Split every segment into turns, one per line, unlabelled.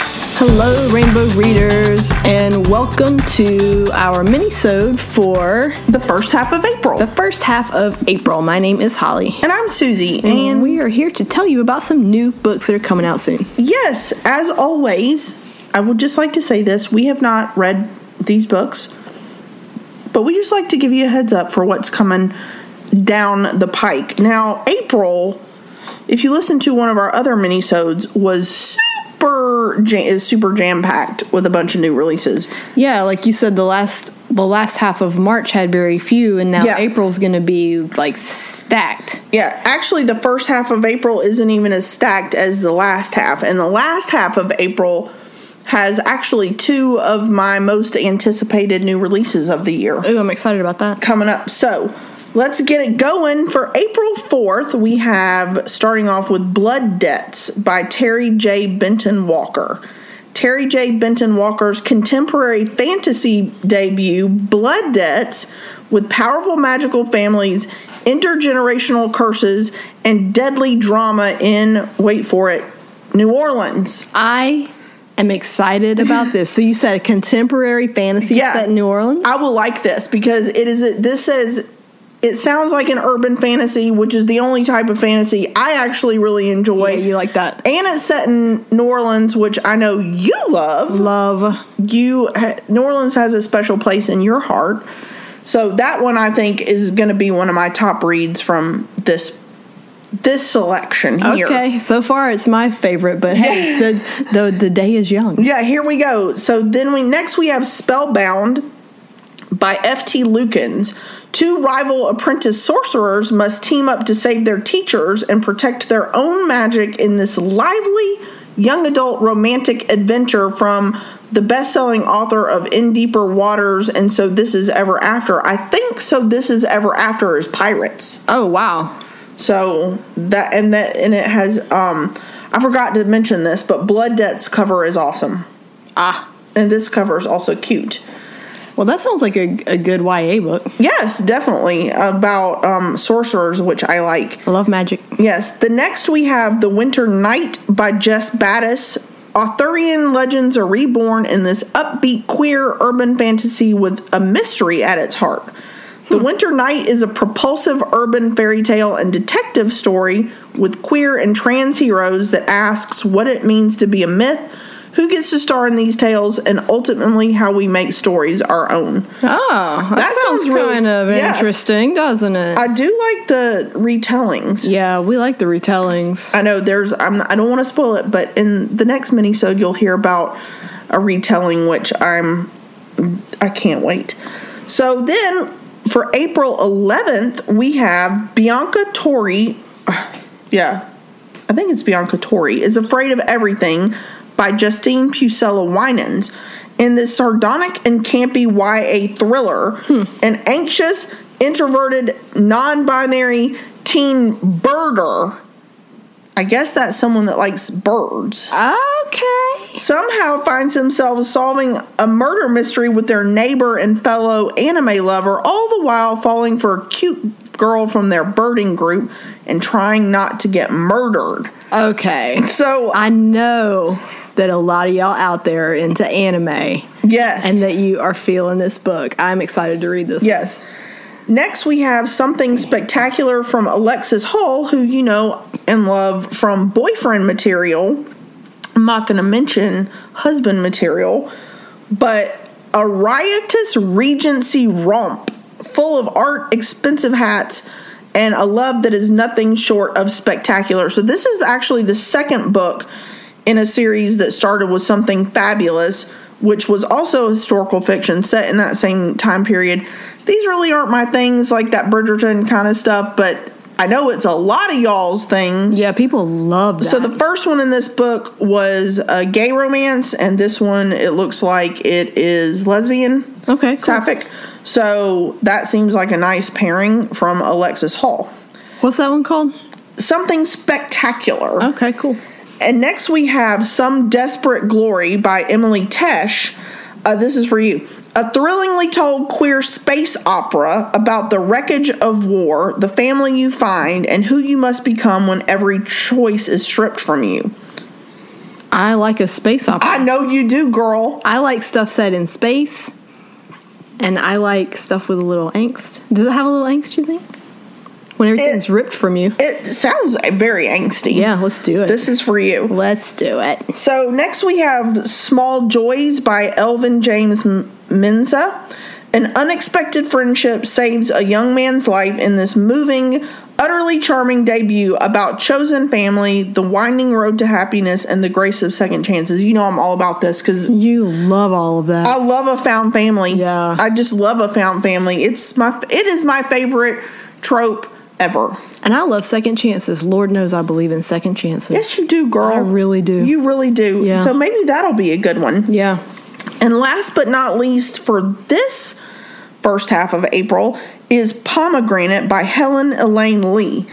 Hello, Rainbow Readers, and welcome to our mini-sode for
the first half of April.
the first half of April. My name is Holly,
and I'm Susie. And
and we are here to tell you about some new books that are coming out soon.
yes, as always, I would just like to say this we have not read these books, but we just like to give you a heads up for what's coming down the pike. Now, April, if you listen to one of our other minisodes, was super jam- is super jam packed with a bunch of new releases.
Yeah, like you said, the last the last half of March had very few, and now
Yeah.
April's going to be like stacked.
Yeah, actually, the first half of April isn't even as stacked as the last half. And the last half of April has actually two of my most anticipated new releases of the year
Ooh, I'm excited about that.
coming up. So let's get it going. For April 4th, we have starting off with Blood Debts by Terry J. Benton Walker. Terry J. Benton Walker's contemporary fantasy debut, Blood Debts, with powerful magical families, intergenerational curses, and deadly drama in, wait for it, New Orleans.
I am excited about this. So you said a contemporary fantasy
Yeah.
set in New Orleans.
I will like this because it is. This says it sounds like an urban fantasy, which is the only type of fantasy I actually really enjoy.
Yeah, you like that?
and it's set in New Orleans, which I know you love.
Love.
You ha- New Orleans has a special place in your heart, so that one I think is going to be one of my top reads from this this selection here.
Okay, so far it's my favorite, but hey, the, the the day is young.
Yeah, here we go. So then we next we have Spellbound by F.T. Lukens. Two rival apprentice sorcerers must team up to save their teachers and protect their own magic in this lively young adult romantic adventure from the best-selling author of In Deeper Waters and So This Is Ever After. I think So This Is Ever After is pirates.
Oh wow.
So that and that and it has um I forgot to mention this, but Blood Debt's cover is awesome. Ah, and this cover is also cute.
Well, that sounds like a, a good YA book.
Yes, definitely about um sorcerers which I like.
I love magic.
Yes, the next we have The Winter Night by Jess Battis. Arthurian legends are reborn in this upbeat queer urban fantasy with a mystery at its heart. The Winter Night is a propulsive urban fairy tale and detective story with queer and trans heroes that asks what it means to be a myth, who gets to star in these tales, and ultimately how we make stories our own.
Oh, that,
That
sounds,
sounds really-
kind of
yeah.
interesting, doesn't it?
I do like the retellings.
yeah, we like the retellings.
I know there's I'm I don't want to spoil it, but in the next minisode you'll hear about a retelling which I'm I can't wait. So then for April 11th we have Bianca Tori yeah. I think it's Bianca Tori is afraid of everything by Justine Pucella Winans. In this sardonic and campy YA thriller, an anxious, introverted, non-binary teen birder I guess that's someone that likes birds.
Okay.
Somehow finds themselves solving a murder mystery with their neighbor and fellow anime lover, all the while falling for a cute girl from their birding group and trying not to get murdered.
Okay.
So,
I know that a lot of y'all out there are into anime
yes.
and that you are feeling this book. I'm excited to read this.
Yes. Next, we have something spectacular from Alexis Hall, who you know and love from boyfriend material. I'm not going to mention husband material, but a riotous Regency romp full of art, expensive hats, and a love that is nothing short of spectacular. So, this is actually the second book in a series that started with something fabulous, which was also historical fiction set in that same time period. These really aren't my things, like that Bridgerton kind of stuff, but I know it's a lot of y'all's things.
Yeah, people love that.
So the first one in this book was a gay romance, and this one it looks like it is lesbian
okay, cool.
sapphic. So that seems like a nice pairing from Alexis Hall.
What's that one called?
Something spectacular.
Okay, cool.
And next we have Some Desperate Glory by Emily Tesh. Uh, this is for you. A thrillingly told queer space opera about the wreckage of war, the family you find, and who you must become when every choice is stripped from you.
I like a space opera.
I know you do, girl.
I like stuff set in space, and I like stuff with a little angst. Does it have a little angst? You think? When everything's ripped from you.
It sounds very angsty.
yeah, let's do it.
This is for you.
let's do it.
So next we have Small Joys by Elvin James M- Menza. An unexpected friendship saves a young man's life in this moving, utterly charming debut about chosen family, the winding road to happiness, and the grace of second chances. You know I'm all about this because
You love all of that.
I love a found family.
Yeah.
I just love a found family. It's my it is my favorite trope ever.
and I love second chances. Lord knows I believe in second chances.
Yes, you do, girl.
I really do.
You really do.
Yeah.
So maybe that'll be a good one.
yeah.
And last but not least for this first half of April is Pomegranate by Helen Elaine Lee.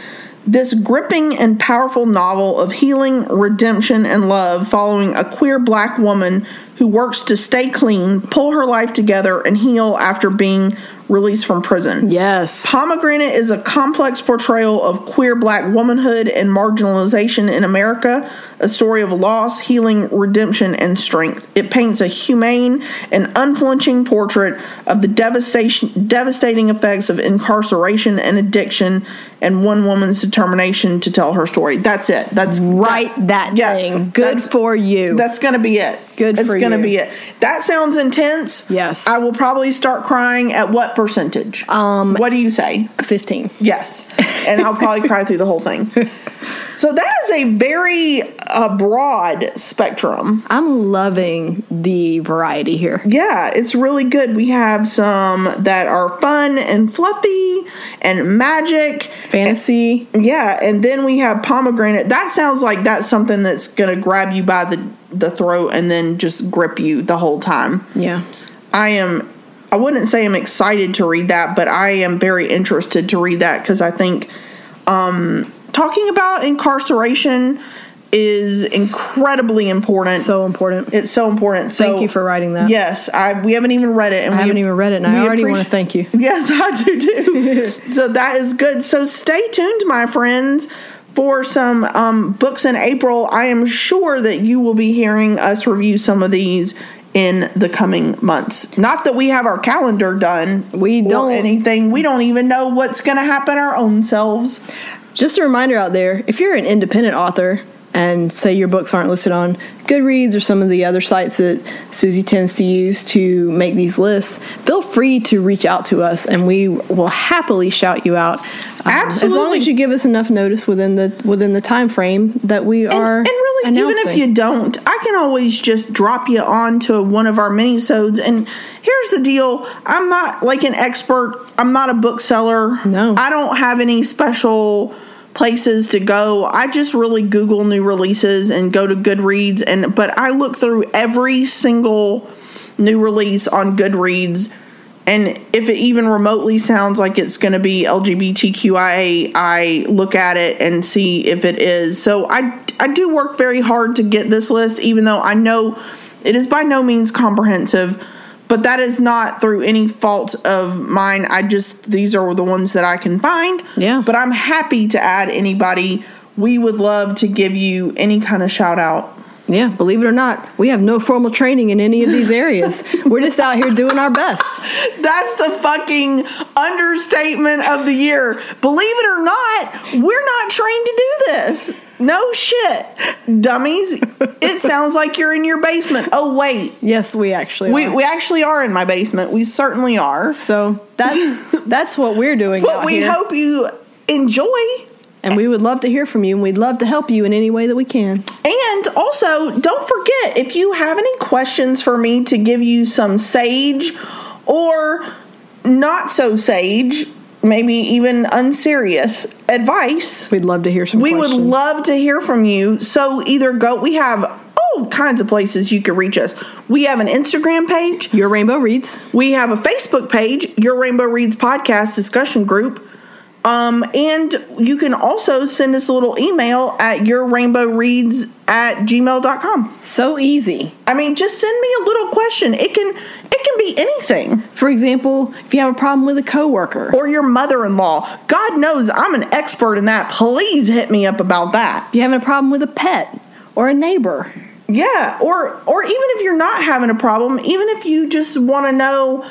This gripping and powerful novel of healing, redemption, and love following a queer black woman who works to stay clean, pull her life together, and heal after being released from prison.
Yes.
Pomegranate is a complex portrayal of queer black womanhood and marginalization in America, a story of loss, healing, redemption, and strength. It paints a humane and unflinching portrait of the devastation, devastating effects of incarceration and addiction, and one woman's determination to tell her story. That's it. That's
Write that
Yeah,
thing. Good
that's-
for you.
that's gonna be it.
Good
It's
for
gonna
you.
be it. That sounds intense.
Yes.
I will probably start crying. At what percentage? Um. What do you say?
15.
Yes. And I'll probably cry through the whole thing. So that is a very uh, broad spectrum.
I'm loving the variety here.
Yeah, it's really good. We have some that are fun and fluffy and magic.
Fantasy.
Yeah, and then we have pomegranate. That sounds like that's something that's going to grab you by the the throat and then just grip you the whole time.
Yeah.
I am I wouldn't say I'm excited to read that, but I am very interested to read that because I think um, talking about incarceration is incredibly important.
So important.
it's so important. So
Thank you for writing that.
Yes, I we haven't even read it, and
I
we
haven't even read it, and I
we
already want
appreci-
to thank you.
Yes, I do too. so that is good. So stay tuned, my friends, for some um, books in April. I am sure that you will be hearing us review some of these in the coming months. Not that we have our calendar done.
We
or
don't.
anything. We don't even know what's going to happen our own selves.
Just a reminder out there if you're an independent author and say your books aren't listed on Goodreads or some of the other sites that Susie tends to use to make these lists, feel free to reach out to us and we will happily shout you out. um, As long
Absolutely.
as you give us enough notice within the within the time frame that we
And,
are
and really, even if
announcing.
you don't, I can always just drop you on to one of our minisodes. And here's the deal: I'm not like an expert. I'm not a bookseller.
No.
I don't have any special places to go. I just really Google new releases and go to Goodreads. And but I look through every single new release on Goodreads. And if it even remotely sounds like it's going to be LGBTQIA, I look at it and see if it is. So I I do work very hard to get this list, even though I know it is by no means comprehensive. But that is not through any fault of mine. I just these are the ones that I can find.
Yeah.
But I'm happy to add anybody. We would love to give you any kind of shout out.
Yeah, believe it or not, we have no formal training in any of these areas. We're just out here doing our best.
That's the fucking understatement of the year. Believe it or not, we're not trained to do this. No shit, dummies. It sounds like you're in your basement. Oh, wait.
Yes, we actually
We,
are.
we actually are in my basement. We certainly are.
so that's that's what we're doing.
But
out
we
here.
hope you enjoy.
and we would love to hear from you, and we'd love to help you in any way that we can.
And also, don't forget if you have any questions for me to give you some sage or not so sage, maybe even unserious advice.
We'd love to hear some.
We would
questions.
love to hear from you. So either go, we have all kinds of places you can reach us. We have an Instagram page,
your rainbow reads.
we have a Facebook page, Your Rainbow Reads Podcast discussion group. Um, and you can also send us a little email at your rainbow reads at gmail.com.
So easy.
I mean, just send me a little question. It can it can be anything.
For example, if you have a problem with a coworker,
Or your mother-in-law. God knows I'm an expert in that. Please hit me up about that.
if you're having a problem with a pet or a neighbor,
Yeah, or or even if you're not having a problem, even if you just want to know,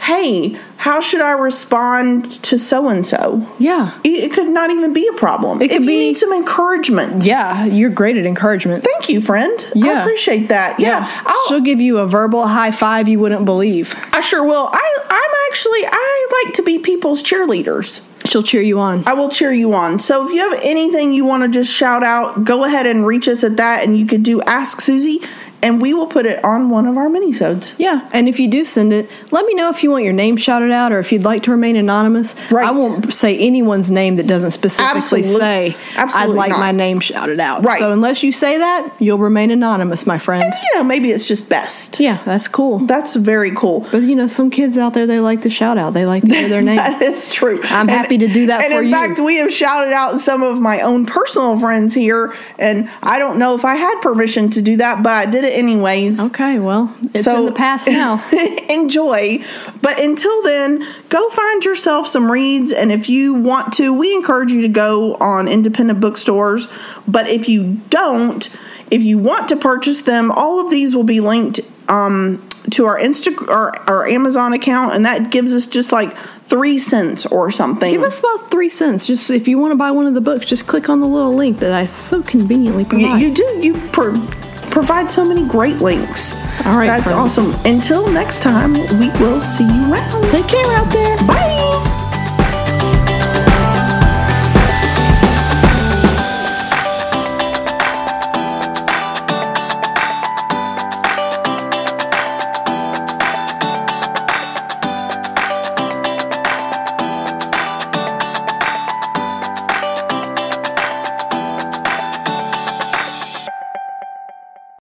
hey, how should I respond to so and so?
Yeah.
It could not even be a problem.
It could
if you
be-
need some encouragement,
Yeah, you're great at encouragement.
thank you, friend. I
Yeah.
appreciate that. Yeah, I'll,
She'll give you a verbal high five you wouldn't believe.
I sure will. I I'm actually I like to be people's cheerleaders.
She'll cheer you on.
I will cheer you on. So if you have anything you want to just shout out, go ahead and reach us at that, and you could do Ask Susie, and we will put it on one of our minisodes.
Yeah, and if you do send it, let me know if you want your name shouted out or if you'd like to remain anonymous.
Right.
I won't say anyone's name that doesn't specifically
Absolute-
say
absolutely
I'd like
not.
my name shouted out.
Right.
So unless you say that, you'll remain anonymous, my friend.
You know, maybe it's just best.
Yeah, that's cool.
That's very cool.
But you know, some kids out there they like to shout out. They like to hear their name.
That is true.
I'm happy to do that
and
for
in
you.
fact, we have shouted out some of my own personal friends here, and I don't know if I had permission to do that, but I did it anyways.
Okay, well, it's in the past now.
enjoy. But until then, go find yourself some reads. And if you want to, we encourage you to go on independent bookstores. But if you don't, if you want to purchase them, all of these will be linked um, to our Insta or our Amazon account, and that gives us just like three cents or something.
Give us about three cents. Just if you want to buy one of the books, just click on the little link that I so conveniently
you,
provide.
you do you pro- provide so many great links.
All right,
that's
friends.
awesome. Until next time, we will see you around.
Take care out there.
Bye.